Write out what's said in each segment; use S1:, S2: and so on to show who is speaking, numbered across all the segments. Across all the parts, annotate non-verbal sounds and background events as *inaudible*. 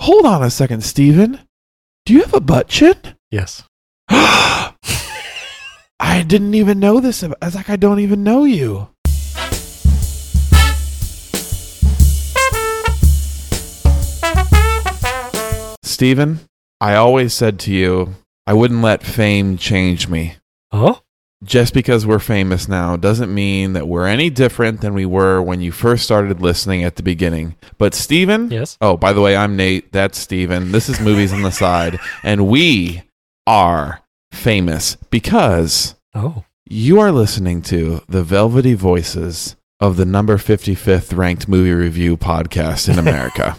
S1: Hold on a second, Steven. Do you have a butt chin?
S2: *gasps* Yes. Oh?
S1: I didn't even know this. ab- It's like I don't even know you. Steven, I always said to you, I wouldn't let fame change me.
S2: Huh?
S1: Just because we're famous now doesn't mean that we're any different than we were when you first started listening at the beginning. But, Steven,
S2: Yes.
S1: Oh, by the way, I'm Nate. That's Steven. This is Movies on the Side. And we are famous because
S2: Oh.
S1: you are listening to the velvety voices of the number 55th ranked movie review podcast in
S2: *laughs*
S1: America.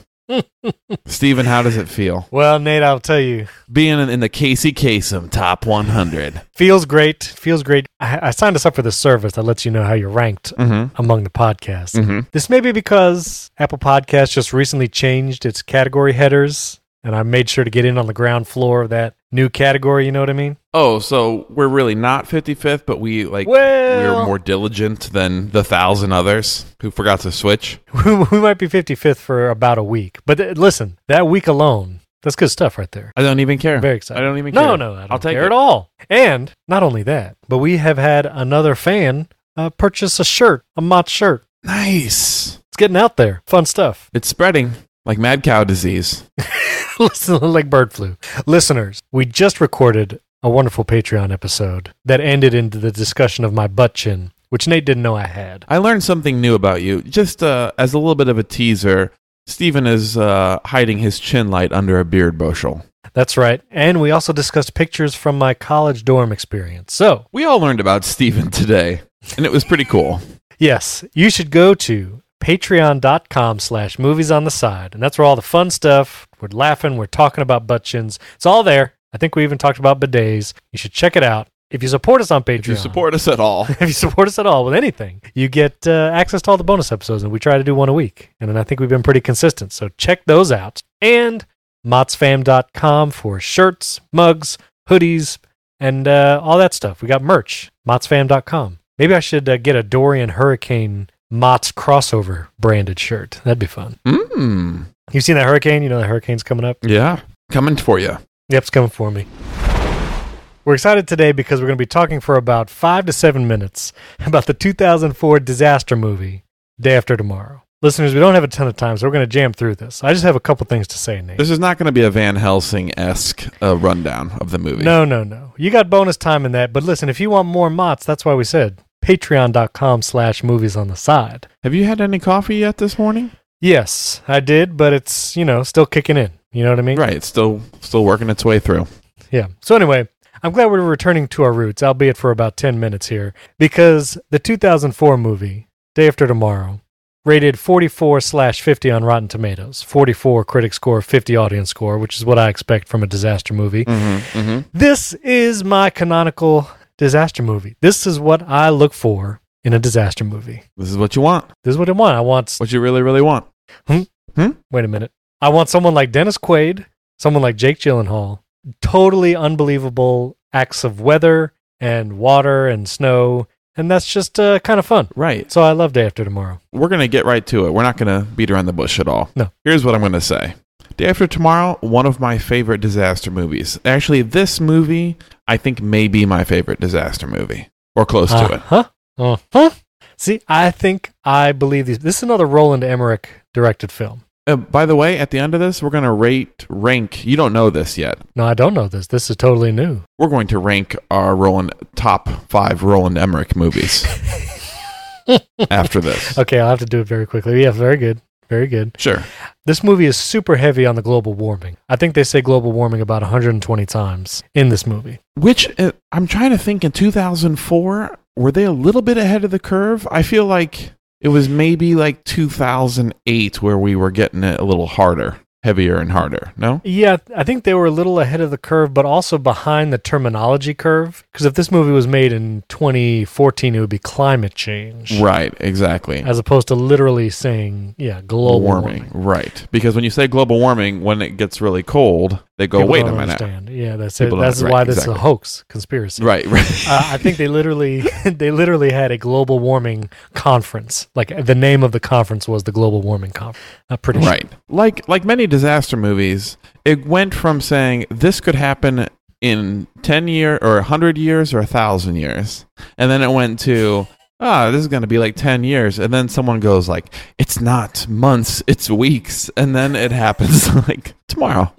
S1: Steven, how does it feel?
S2: Well, Nate, I'll tell you.
S1: Being in, in the Casey Kasem top 100.
S2: Feels great. Feels great. I, I signed us up for this service that lets you know how you're ranked
S1: Mm-hmm.
S2: among the podcasts.
S1: Mm-hmm.
S2: This may be because Apple Podcasts just recently changed its category headers, and I made sure to get in on the ground floor of that new category. You know what I mean? *laughs*
S1: Oh, so we're really not 55th, but we like
S2: Well,
S1: we're more diligent than the thousand others who forgot to switch.
S2: we might be 55th for about a week. But th- listen, that week alone, that's good stuff right there.
S1: I don't even care.
S2: *laughs* Very excited.
S1: I don't even
S2: no,
S1: care.
S2: No, no, I don't
S1: I'll take
S2: care
S1: it.
S2: at all. And not only that, but we have had another fan uh, purchase a shirt, a Mott shirt.
S1: Nice.
S2: It's getting out there. Fun stuff. *laughs*
S1: It's spreading like mad cow disease.
S2: Listen, like bird flu. Listeners, we just recorded a wonderful Patreon episode that ended into the discussion of my butt chin, which Nate didn't know I had.
S1: I learned something new about you. Just uh, as a little bit of a teaser, Steven is uh, hiding his chin light under a beard bushel.
S2: That's right. And we also discussed pictures from my college dorm experience. So,
S1: We all learned about Steven today, and it was pretty cool.
S2: Yes, you should go to patreon.com slash movies on the side. And that's where all the fun stuff, we're laughing, we're talking about butt chins. It's all there. I think we even talked about bidets. You should check it out. If you support us on Patreon,
S1: If you support us at *laughs* all,
S2: *laughs* if you support us at all with anything, you get uh, access to all the bonus episodes, and we try to do one a week. And then I think we've been pretty consistent. So check those out. And motsfam.com for shirts, mugs, hoodies, and uh, all that stuff. We got merch, motsfam.com. Maybe I should uh, get a Dorian Hurricane Mott's crossover branded shirt. That'd be fun.
S1: mm,
S2: You've seen that hurricane? You know the hurricane's coming up?
S1: yeah, coming for you.
S2: Yep, it's coming for me. We're excited today because we're going to be talking for about five to seven minutes *laughs* about the 2004 disaster movie, Day After Tomorrow. Listeners, we don't have a ton of time, so we're going to jam through this. I just have a couple things to say, Nate.
S1: This is not going to be a Van Helsing esque uh, rundown of the movie.
S2: No, no, no. You got bonus time in that, but listen, if you want more Mott's, that's why we said patreon.com slash movies on the side.
S1: Have you had any coffee yet this morning?
S2: Yes, I did, but it's, you know, still kicking in. You know what I mean?
S1: Right, it's still still working its way through.
S2: Yeah. So anyway, I'm glad we're returning to our roots, albeit for about 10 minutes here, because the 2004 movie, Day After Tomorrow, rated 44 slash 50 on Rotten Tomatoes, 44 critic score, 50 audience score, which is what I expect from a disaster movie.
S1: Mm-hmm, mm-hmm.
S2: This is my canonical disaster movie. This is what I look for in a disaster movie.
S1: This is what you want.
S2: This is what I want. I want
S1: What you really, really want.
S2: wait a minute. I want someone like Dennis Quaid, someone like Jake Gyllenhaal. Totally unbelievable acts of weather and water and snow, and that's just uh, kind of fun.
S1: Right.
S2: So I love Day After Tomorrow.
S1: we're going to get right to it. We're not going to beat around the bush at all.
S2: No.
S1: Here's what I'm going to say Day After Tomorrow, one of my favorite disaster movies. Actually, this movie, I think, may be my favorite disaster movie or close to it.
S2: Huh? Uh huh. See, I think I believe these. This is another Roland Emmerich directed film.
S1: Uh, by the way, at the end of this, we're going to rate, rank, you don't know this yet.
S2: No, I don't know this. This is totally new.
S1: We're going to rank our Roland top five Roland Emmerich
S2: *laughs*
S1: movies after this.
S2: Okay, I'll have to do it very quickly. Yeah, very good. Very good.
S1: Sure.
S2: This movie is super heavy on the global warming. I think they say global warming about 120 times in this movie.
S1: Which uh, I'm trying to think in 2004, were they a little bit ahead of the curve? I feel like it was maybe like 2008 where we were getting it a little harder, heavier and harder. No?
S2: Yeah, I think they were a little ahead of the curve, but also behind the terminology curve. Because if this movie was made in 2014, it would be climate change,
S1: Right, exactly.
S2: as opposed to literally saying, yeah, global warming.
S1: Warming. Right. Because when you say global warming, when it gets really cold, They go,
S2: People
S1: wait a
S2: don't
S1: minute.
S2: Understand. Yeah, that's it.
S1: People don't-
S2: That's
S1: right,
S2: why this is a
S1: exactly.
S2: hoax conspiracy.
S1: Right, *laughs* right.
S2: Uh, I think they literally *laughs* they literally had a global warming conference. Like the name of the conference was the global warming conference. Uh, pretty sure.
S1: Right. Like like many disaster movies, it went from saying this could happen in 10 year or 100 years or 1000 years. And then it went to ah, this is going to be like 10 years and then someone goes like it's not months, it's weeks and then it happens *laughs* like tomorrow.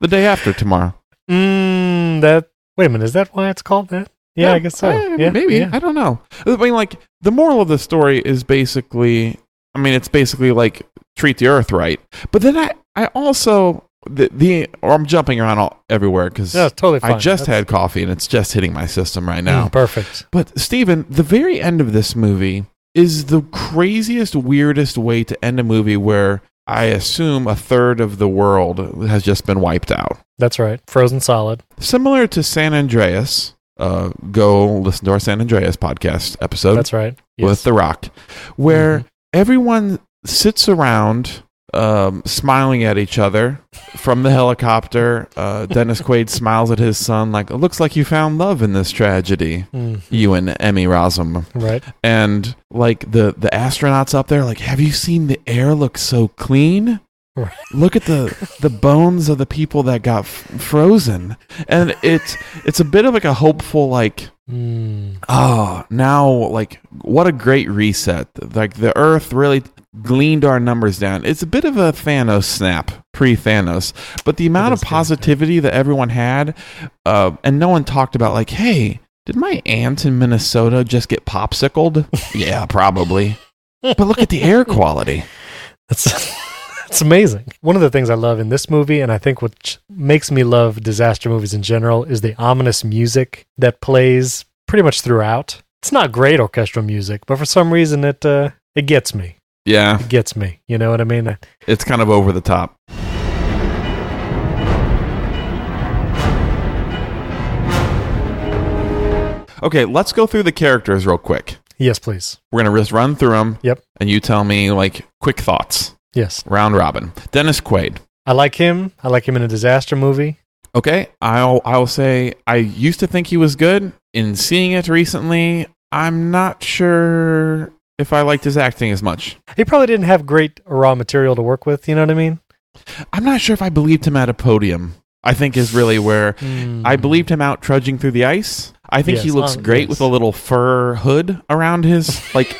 S1: the day after tomorrow.
S2: Mm, that wait a minute, is that why it's called that? Yeah, I guess so. yeah,
S1: maybe.
S2: yeah.
S1: eh, I don't know. I mean like the moral of the story is basically I mean it's basically like treat the earth right. But then I I also the, the or I'm jumping around all, everywhere cuz
S2: No, it's totally fine.
S1: I just
S2: That's-
S1: had coffee and it's just hitting my system right now.
S2: Mm, perfect.
S1: But Steven, the very end of this movie is the craziest, weirdest way to end a movie where I assume a third of the world has just been wiped out.
S2: That's right. Frozen solid.
S1: Similar to San Andreas, uh, go listen to our San Andreas podcast episode
S2: That's right.
S1: Oh. with
S2: Yes.
S1: The Rock, where
S2: Mhm.
S1: everyone sits around um, smiling at each other from the helicopter.
S2: *laughs*
S1: Uh, Dennis Quaid smiles at his son, like, it looks like you found love in this tragedy,
S2: Mm,
S1: you and Emmy Rossum.
S2: right.
S1: And like the, the astronauts up there, like, have you seen the air look so clean?
S2: Right.
S1: Look at
S2: *laughs*
S1: the, the bones of the people that got f- frozen, and it's it's a bit of like a hopeful like
S2: Mm,
S1: oh now like what a great reset like the earth really gleaned our numbers down it's a bit of a thanos snap pre-thanos but the amount
S2: is
S1: of
S2: good, yeah.
S1: positivity that everyone had uh, and no one talked about like hey did my aunt in minnesota just get popsicled *laughs* yeah probably but look at the air quality
S2: that's *laughs* it's amazing. One of the things I love in this movie, and I think which makes me love disaster movies in general, is the ominous music that plays pretty much throughout. It's not great orchestral music, but for some reason it uh, it gets me.
S1: yeah
S2: It gets me. You know what I mean?
S1: it's kind of over the top okay let's go through the characters real quick
S2: Yes, please.
S1: We're gonna just run through them.
S2: Yep.
S1: And you tell me like quick thoughts.
S2: Yes.
S1: Round robin. Dennis Quaid.
S2: I like him. I like him in a disaster movie.
S1: Okay. I'll I'll say I used to think he was good. In seeing it recently, I'm not sure if I liked his acting as much.
S2: He probably didn't have great raw material to work with. You know what I mean?
S1: I'm not sure if I believed him at a podium. I think is really where I
S2: Mm-hmm.
S1: believed him out trudging through the ice. I think he
S2: Yes,
S1: looks
S2: um,
S1: great
S2: yes.
S1: with a little fur hood around
S2: *laughs*
S1: his like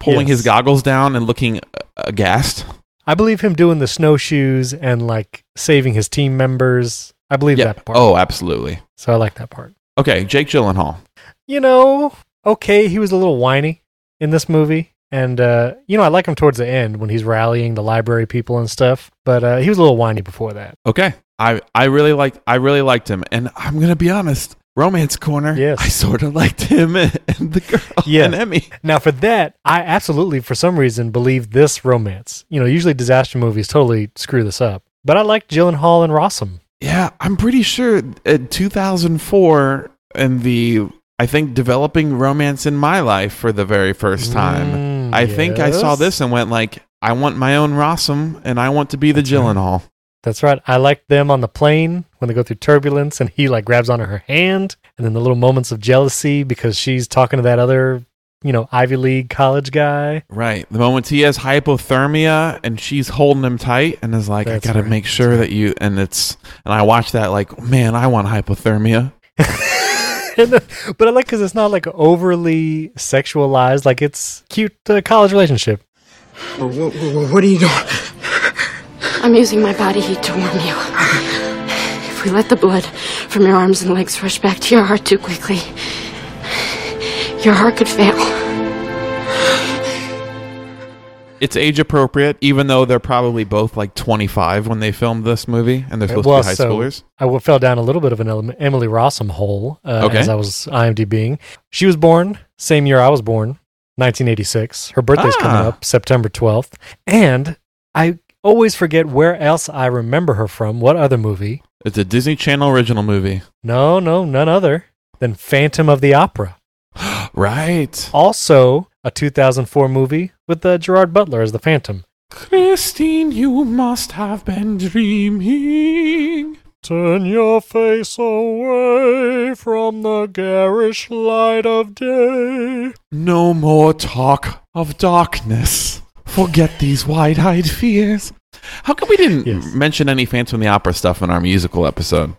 S1: pulling
S2: Yes.
S1: his goggles down and looking uh, aghast.
S2: I believe him doing the snowshoes and like saving his team members. I believe
S1: Yeah.
S2: that part.
S1: Oh, absolutely.
S2: So I like that part.
S1: Okay, Jake Gyllenhaal.
S2: You know, okay, he was a little whiny in this movie. And, uh, you know, I like him towards the end when he's rallying the library people and stuff. But uh, he was a little whiny before that.
S1: Okay. I I really liked I really liked him, and I'm gonna be honest. Romance Corner.
S2: Yes.
S1: I sort of liked him *laughs* and the girl
S2: Yeah.
S1: and Emmy.
S2: Now, for that, I absolutely, for some reason, believe this romance. You know, usually disaster movies totally screw this up. But I like Gyllenhaal and Rossum.
S1: Yeah, I'm pretty sure uh, in 2004 and the I think developing romance in my life for the very first time.
S2: Mm,
S1: I think I saw
S2: yes.
S1: this and went like, I want my own Rossum and I want to be the
S2: That's right.
S1: Gyllenhaal.
S2: That's right. I like them on the plane when they go through turbulence and he like grabs onto her hand and then the little moments of jealousy because she's talking to that other, you know, Ivy League college guy. *laughs*
S1: Right. The moment he has hypothermia and she's holding him tight and is like, I
S2: That's
S1: gotta
S2: right.
S1: make sure that you and it's and I watch that like, man, I want hypothermia.
S2: And then- but I like cuz it's not like overly sexualized like it's cute uh, college relationship.
S3: Wha- wha- wha- What are you doing?
S4: I'm using my body heat to warm you. If we let the blood from your arms and legs rush back to your heart too quickly, your heart could fail.
S1: It's age appropriate, even though they're probably both like 25 when they filmed this movie, and they're supposed
S2: Well,
S1: to be high
S2: so
S1: schoolers.
S2: I w- fell down a little bit of an Ele- Emily Rossum hole uh,
S1: Okay.
S2: as I was IMDBing. She was born same year I was born, 1986. Her birthday's coming
S1: Ah.
S2: up September 12th, and I always forget where else I remember her from. What other movie?
S1: It's a Disney Channel original
S2: *gasps*
S1: movie,
S2: No, no, none other than Phantom of the Opera.
S1: right?
S2: Also, a 2004 movie with uh, Gerard Butler as the Phantom.
S1: Christine, you must have been dreaming.
S2: Turn your face away from the garish light of day.
S1: No more talk of darkness. Forget these wide eyed fears. How come we didn't
S2: Yes.
S1: mention any Phantom of the Opera stuff in our musical episode?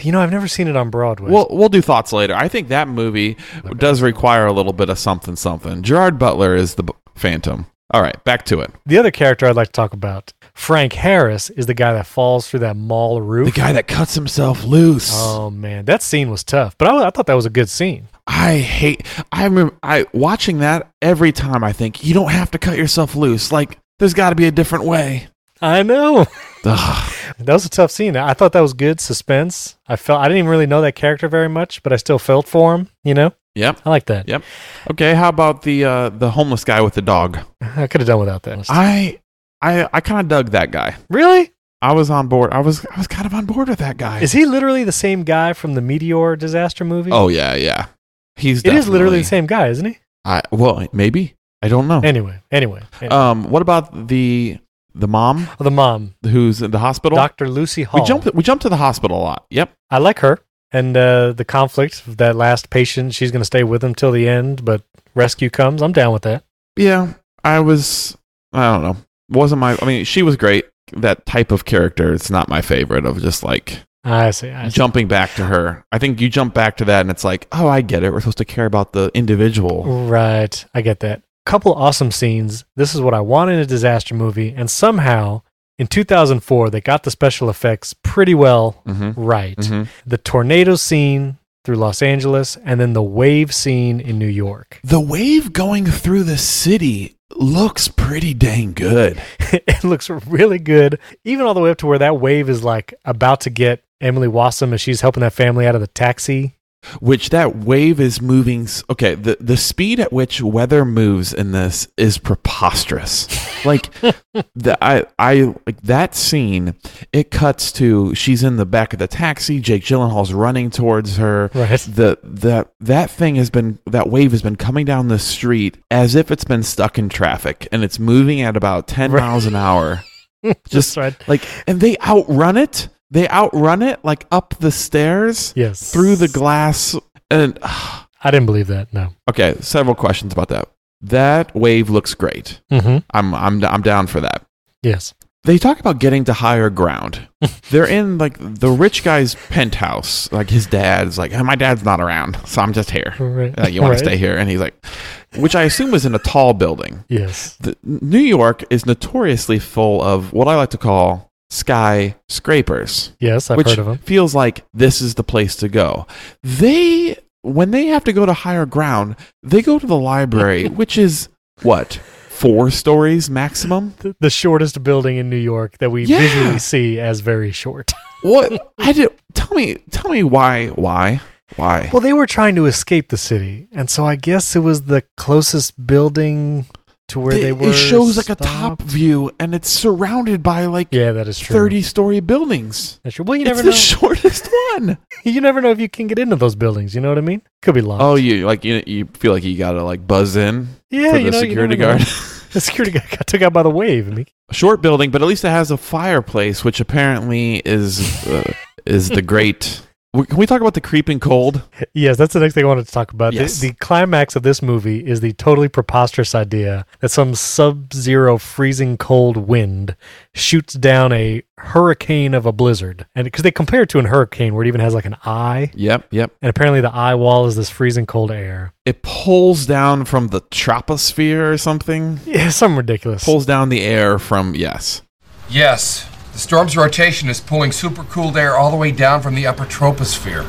S2: You know, I've never seen it on Broadway.
S1: We'll, we'll do thoughts later. I think that movie does require a little bit of something, something. Gerard Butler is the b- Phantom. All right, back to it.
S2: the other character I'd like to talk about, Frank Harris, is the guy that falls through that mall roof.
S1: The guy that cuts himself loose.
S2: Oh man, that scene was tough, but I, I thought that was a good scene.
S1: I hate. I remember I watching that every time. I think you don't have to cut yourself loose. Like there's got to be a different way.
S2: I know
S1: Ugh.
S2: *laughs* that was a tough scene. I thought that was good suspense. I felt I didn't even really know that character very much, but I still felt for him. You know,
S1: Yep.
S2: I like that.
S1: Yep. Okay. How about the uh, the homeless guy with the dog?
S2: I could have done without that.
S1: I I I kind of dug that guy.
S2: really?
S1: I was on board. I was I was kind of on board with that guy.
S2: Is he literally the same guy from the meteor disaster movie?
S1: oh yeah, yeah. He's
S2: it is
S1: definitely-
S2: literally the same guy, isn't he?
S1: I well maybe I don't know.
S2: Anyway, anyway, anyway.
S1: Um. What about the the mom
S2: the mom,
S1: who's in the hospital?
S2: Doctor Lucy Hall.
S1: Uh, we jumped we jumped to the hospital a lot. Yep.
S2: I like her and uh, the conflict of that last patient. She's going to stay with him till the end, but rescue comes. I'm down with that.
S1: yeah i was i don't know wasn't my i mean she was great that type of character it's not my favorite of just like
S2: I see. I see.
S1: jumping back to her i think you jump back to that and it's like oh i get it we're supposed to care about the individual
S2: Right. I get that. Couple awesome scenes. This is what I want in a disaster movie. And somehow in 2004, they got the special effects pretty well
S1: mm-hmm.
S2: right.
S1: hmm
S2: The tornado scene through Los Angeles and then the wave scene in New York.
S1: the wave going through the city looks pretty dang good
S2: *laughs* it looks really good, even all the way up to where that wave is like about to get Emily Wassum as she's helping that family out of the taxi.
S1: which that wave is moving s- okay the the speed at which weather moves in this is
S2: *laughs*
S1: preposterous like the i i like that scene it cuts to she's in the back of the taxi jake gyllenhaal's running towards her
S2: Right.
S1: the the that thing has been that wave has been coming down the street as if it's been stuck in traffic and it's moving at about 10
S2: Right.
S1: miles an hour
S2: *laughs*
S1: just
S2: That's right.
S1: like and they outrun it they outrun it like up the stairs
S2: Yes.
S1: through the glass and *sighs*
S2: I didn't believe that. No.
S1: okay several questions about that that wave looks great
S2: Mm-hmm.
S1: i'm i'm i'm down for that
S2: Yes.
S1: they talk about getting to higher
S2: *laughs*
S1: ground they're in like the rich guy's penthouse like his dad's like "Oh, my dad's not around so i'm just here
S2: Right.
S1: like Uh, you want
S2: Right.
S1: to stay here and he's like which i assume was in a tall building
S2: Yes.
S1: the, new york is notoriously full of what i like to call skyscrapers.
S2: Yes. I've
S1: which
S2: heard of them.
S1: feels like this is the place to go. They when they have to go to higher ground, they go to the
S2: *laughs*
S1: library, which is what four stories maximum.
S2: The, the shortest building in New York that we
S1: Yeah.
S2: visually see as
S1: *laughs*
S2: very short.
S1: What I did? Tell me, tell me why, why, why?
S2: Well, they were trying to escape the city, and so I guess it was the closest building to where
S1: They-
S2: they, were.
S1: it shows like a top
S2: stopped.
S1: view, and it's surrounded by like
S2: Yeah, that is true.
S1: thirty-story buildings.
S2: That's true. Well, you
S1: It's
S2: never
S1: the
S2: know.
S1: shortest one.
S2: you never know if you can get into those buildings. You know what I mean? Could be
S1: *laughs*
S2: locked.
S1: Oh, you like you, you feel like you gotta like buzz in
S2: yeah,
S1: for
S2: you
S1: the
S2: know, you
S1: security
S2: never know.
S1: guard.
S2: *laughs*
S1: *laughs*
S2: The security guard got took out by the wave. I mean,
S1: short building, but at least it has a fireplace, which apparently is uh, is the great. *laughs* W- Can we talk about the creeping cold?
S2: Yes, that's the next thing I wanted to talk about. The-
S1: Yes.
S2: The, climax of this movie is the totally preposterous idea that some sub-zero freezing cold wind shoots down a hurricane of a blizzard. And because they compare it to an hurricane where it even has like an eye,
S1: Yep, yep.
S2: and apparently the eye wall is this freezing cold air.
S1: It pulls down from the troposphere or something.
S2: Yeah, *laughs* something ridiculous.
S1: Pulls down the air from yes.
S5: Yes, the storm's rotation is pulling supercooled air all the way down from the upper troposphere.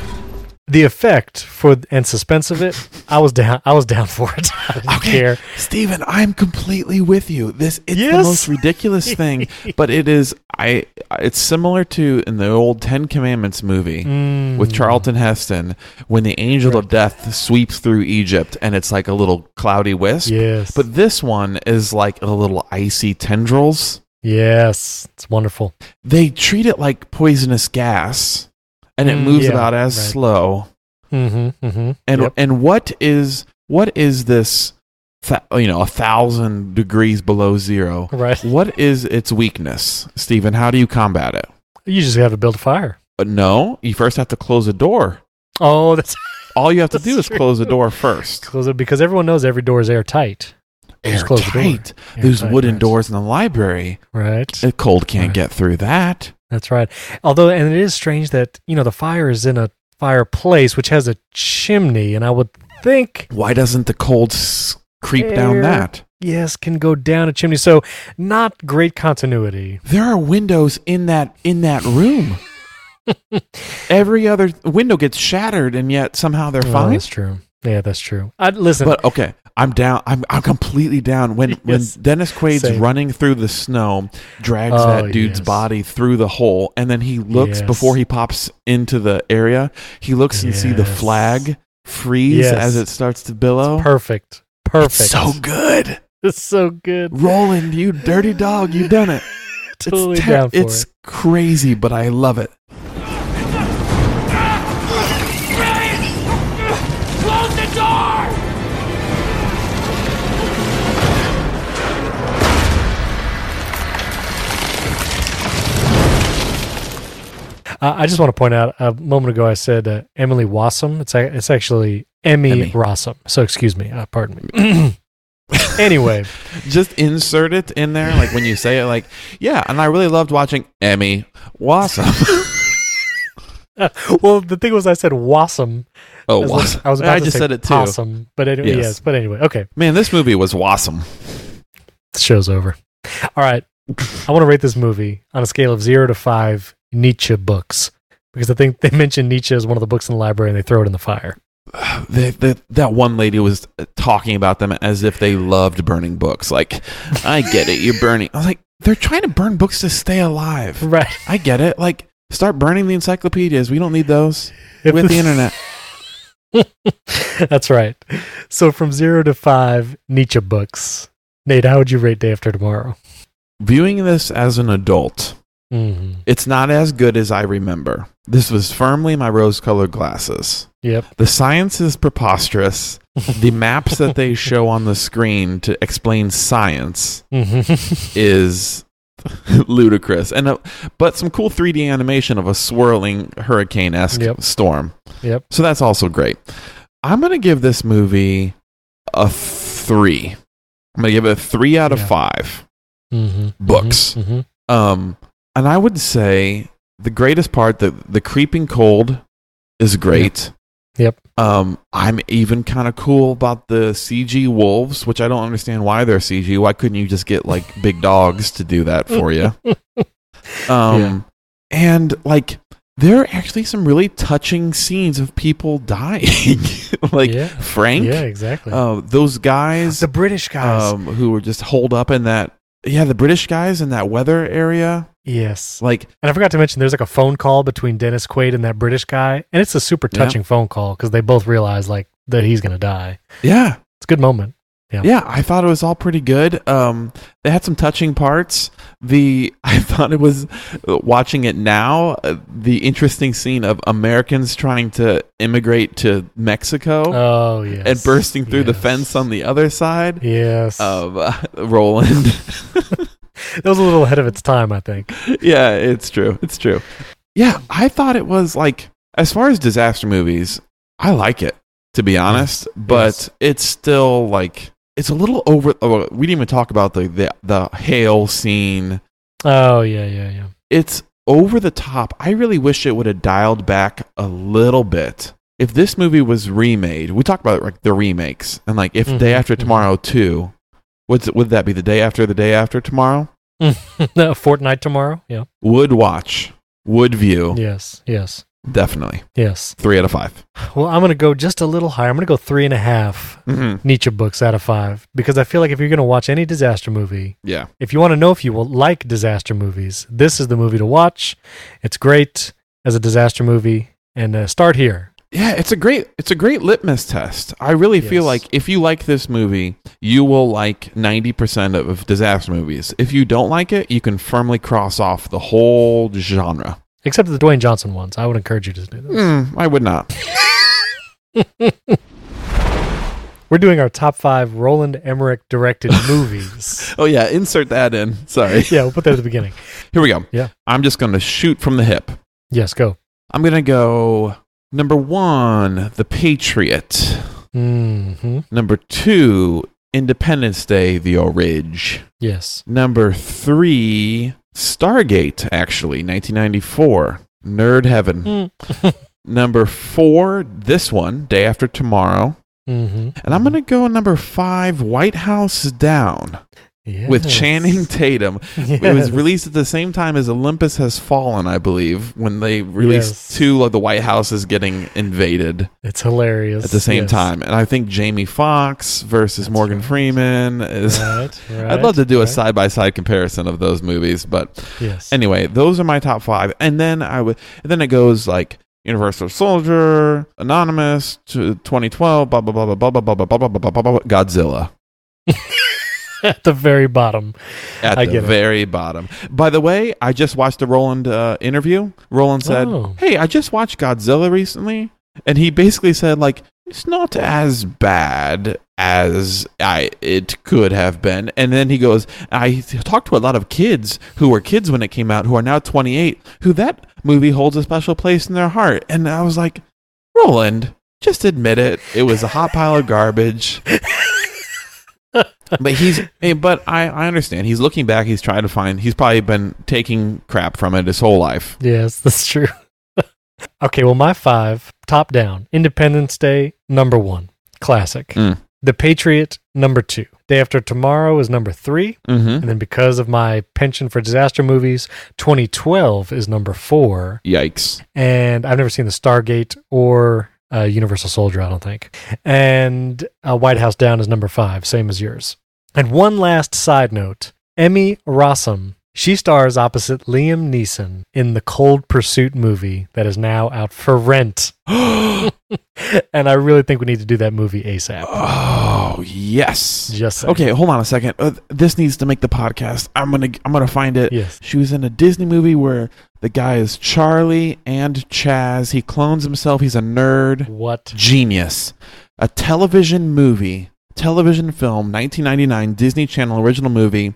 S2: the effect for and suspense of it, I was down I was down for it. *laughs* I didn't care.
S1: Steven, I'm completely with you. This it's the
S2: Yes.
S1: most
S2: *laughs*
S1: ridiculous thing, but it is I it's similar to in the old 10 commandments movie
S2: Mm.
S1: with Charlton Heston when the angel of death sweeps through Egypt and it's like a little cloudy wisp.
S2: Yes.
S1: But this one is like a little icy tendrils.
S2: yes. It's wonderful.
S1: They treat it like poisonous gas and it
S2: Mm,
S1: moves
S2: yeah,
S1: about as
S2: right.
S1: slow.
S2: Mm-hmm. Mm-hmm.
S1: And and what is what is this th- you know a thousand degrees below zero.
S2: Right.
S1: What is its weakness, Stephen? How do you combat it?
S2: You just have to build a fire.
S1: But no, you first have to close a door.
S2: Oh, *laughs* that's
S1: All you have to do
S2: That's
S1: is
S2: true.
S1: close a door first.
S2: close it because everyone knows every door is airtight. Just close the door.
S1: Airtight. Those
S2: Airtight,
S1: wooden
S2: right.
S1: doors in the library,
S2: Right.
S1: a cold can't
S2: Right.
S1: get through that.
S2: That's right. Although, and it is strange that, you know, the fire is in a fireplace which has a chimney, and I would think,
S1: Why doesn't the cold s- creep down
S2: Air.
S1: that?
S2: yes, can go down a chimney. So, not great continuity.
S1: There are windows in that in that
S2: *laughs*
S1: room. Every other window gets shattered, and yet somehow they're
S2: Oh,
S1: fine.
S2: that's true. Yeah, that's true. I, *laughs* listen,
S1: But okay, I'm down. I'm I'm completely down.
S2: *laughs*
S1: When
S2: Yes.
S1: when Dennis Quaid's
S2: Same.
S1: running through the snow, drags
S2: Oh,
S1: that dude's
S2: yes.
S1: body through the hole, and then he looks
S2: Yes.
S1: before he pops into the area. He looks and see the
S2: Yes.
S1: flag freeze
S2: Yes.
S1: as it starts to billow.
S2: perfect. Perfect.
S1: It's
S2: *laughs*
S1: so good,
S2: It's so good.
S1: Roland. You dirty dog. You done
S2: *laughs*
S1: it.
S2: Totally
S1: ter-
S2: down for
S1: it's
S2: it.
S1: crazy, but I love it.
S6: Close the door!
S2: Uh, I just want to point out a moment ago I said uh, Emily Wassum. It's a, it's actually Emmy,
S1: Emmy.
S2: Rossum. So excuse me. Uh, pardon
S1: *clears throat*
S2: me. anyway,
S1: Just insert it in there, like when you say it, like yeah. And I really loved watching Emmy *laughs*
S2: *laughs*
S1: Wassum.
S2: uh, well, the thing was I said Wassum.
S1: oh,
S2: as
S1: Wassum.
S2: I was about
S1: I
S2: to
S1: just
S2: say
S1: said it too.
S2: Possum, but anyway, yes.
S1: Yes.
S2: but anyway, okay.
S1: Man, this movie was awesome.
S2: The show's over. All right, I want to rate this movie on a scale of zero to five Nietzsche books because I think they *laughs* mentioned Nietzsche as one of the books in the library and they throw it in the fire. *laughs*
S1: They, they, that one lady was talking about them as if they loved burning books. Like, I get it, you're burning. I was like, they're trying to burn books to stay alive.
S2: Right.
S1: I get it. Like, start burning the encyclopedias. We don't need those with the internet.
S2: *laughs* That's right. So from zero to five Nietzsche books. Nate, how would you rate Day After Tomorrow?
S1: Viewing this as an adult,
S2: hmm
S1: it's not as good as I remember. This was firmly my rose colored glasses.
S2: Yep.
S1: The science is preposterous.
S2: *laughs*
S1: The maps that they show on the screen to explain science
S2: Mhm.
S1: is *laughs* ludicrous and uh, but some cool 3d animation of a swirling hurricane-esque
S2: Yep.
S1: storm
S2: *laughs* Yep.
S1: so that's also great i'm gonna give this movie a three i'm gonna give it a three out of
S2: Yeah.
S1: five
S2: Mhm.
S1: Books.
S2: Mhm. Mhm.
S1: um and i would say the greatest part the the creeping cold is great
S2: Yep.
S1: um i'm even kind of cool about the cg wolves which i don't understand why they're cg why couldn't you just get like big dogs to do that for
S2: *laughs*
S1: you um and like there are actually some really touching scenes of people dying *laughs* like
S2: Yeah.
S1: frank
S2: Yeah, exactly.
S1: uh, those guys
S2: the British guys.
S1: um, who were just holed up in that yeah the british guys in that weather area
S2: yes.
S1: like
S2: And I forgot to mention, there's like a phone call between Dennis Quaid and that British guy, and it's a super
S1: Yeah.
S2: touching phone call because they both realize like that he's gonna die.
S1: yeah
S2: It's a good moment.
S1: yeah i thought it was all pretty good um they had some touching parts the *laughs* i thought it was watching it now uh, the interesting scene of americans trying to immigrate to mexico
S2: Oh yes.
S1: and bursting through the
S2: Yes.
S1: fence on the other side
S2: Yes.
S1: of *laughs* uh, Roland.
S2: That was a little ahead of its time, I think.
S1: yeah, it's true. It's true. Yeah, I thought it was like as far as disaster movies, I like it to be honest, but
S2: Yes.
S1: it's still like it's a little over oh, we didn't even talk about the the, the hail scene.
S2: Oh yeah, yeah, yeah.
S1: It's over the top. I really wish it would have dialed back a little bit. If this movie was remade, we talked about like the remakes and like if Day
S2: Mhm,
S1: After
S2: mhm.
S1: Tomorrow 2 would would that be the day after the day after tomorrow?
S2: *laughs* No, Fortnite tomorrow. Yeah.
S1: Would watch, would view,
S2: Yes. Yes.
S1: definitely.
S2: Yes.
S1: Three out of 5
S2: Well, I'm gonna go just a little higher. I'm gonna go three and a half
S1: Mm-hmm.
S2: Nietzsche books out of five because I feel like if you're gonna watch any disaster movie,
S1: Yeah.
S2: If you want to know if you will like disaster movies, this is the movie to watch. It's great as a disaster movie, and uh, start here.
S1: Yeah, it's a great it's a great litmus test. I really feel
S2: Yes.
S1: like if you like this movie, you will like 90% of disaster movies. If you don't like it, you can firmly cross off the whole genre.
S2: Except the Dwayne Johnson ones,
S1: Hmm.
S2: I would encourage you to do that.
S1: Mm, I would not.
S2: *laughs* We're doing our top five Roland Emmerich directed movies.
S1: Oh yeah, insert that in. Sorry.
S2: yeah, we'll put that at the beginning.
S1: *laughs* Here we go.
S2: Yeah.
S1: I'm just going to shoot from the hip.
S2: Yes, go.
S1: I'm going to go number 1, The Patriot.
S2: hmm
S1: Number 2, Independence Day: The Orig.
S2: Yes.
S1: Number 3, Stargate actually, 1994. Nerd Heaven. Number 4, this one, Day After Tomorrow.
S2: hmm
S1: And I'm going to go number 5, White House Down. with
S2: *laughs*
S1: Channing Tatum. It was
S2: Yes.
S1: released at the same time as Olympus Has Fallen, I believe, when they released
S2: Yes.
S1: two of the White Houses getting invaded
S2: It's hilarious.
S1: at the same
S2: Yes.
S1: time. *laughs* And I think Jamie Foxx versus
S2: That's
S1: Morgan
S2: right.
S1: Freeman is.
S2: Right, right,
S1: I'd love to do a
S2: right.
S1: side by side comparison of those movies, but
S2: Yes.
S1: anyway, those are my top five. And then I would, and then it goes like Universal Soldier, Anonymous, to 2012, blah blah blah blah blah blah blah blah blah blah blah blah, Godzilla.
S2: *laughs* at the very bottom.
S1: at
S2: I
S1: the
S2: get it.
S1: very bottom. By the way, I just watched the Roland uh, interview. Roland said,
S2: Oh.
S1: "Hey, I just watched Godzilla recently, and he basically said like it's not as bad as I it could have been." And then he goes, "I talked to a lot of kids who were kids when it came out, who are now 28, who that movie holds a special place in their heart." And I was like, "Roland, just admit it. It was a hot pile of garbage." but he's eh, but I, I understand he's looking back he's trying to find he's probably been taking crap from it his whole life
S2: Yes, *laughs* that's true. okay, well, my five top down Independence Day, number one, classic.
S1: Mm.
S2: The Patriot, number two. Day After Tomorrow is number three.
S1: mm-hmm
S2: And then because of my penchant for disaster movies, 2012 is number four.
S1: yikes
S2: And I've never seen the Stargate or uh, Universal Soldier, I don't think. And uh, White House Down is number five, same as yours. And one last side note Emmy Rossum. She stars opposite Liam Neeson in the Cold Pursuit movie that is now out
S1: *laughs*
S2: for rent. *gasps* and I really think we need to do that movie ASAP.
S1: oh yes
S2: Just saying.
S1: okay hold on a second uh, this needs to make the podcast i'm gonna i'm gonna find it
S2: Yes.
S1: she was in a disney movie where the guy is charlie and chaz he clones himself he's a nerd
S2: What?
S1: genius a television movie television film 1999 disney channel original movie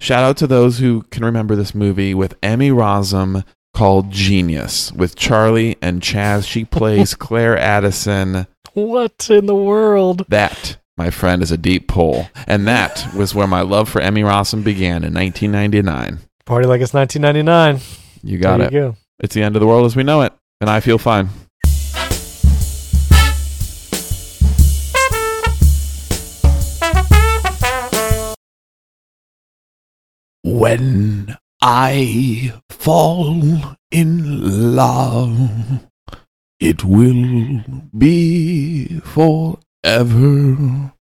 S1: shout out to those who can remember this movie with emmy rossum called genius with charlie and chaz she
S2: *laughs*
S1: plays claire addison
S2: What in the world?
S1: that my friend is a deep pull and that was where my love for emmy rossum began in 1999
S2: Party like it's 1999.
S1: you got
S2: there
S1: it
S2: you go.
S1: it's the end of the world as we know it and i feel fine When I fall in love, it will be forever.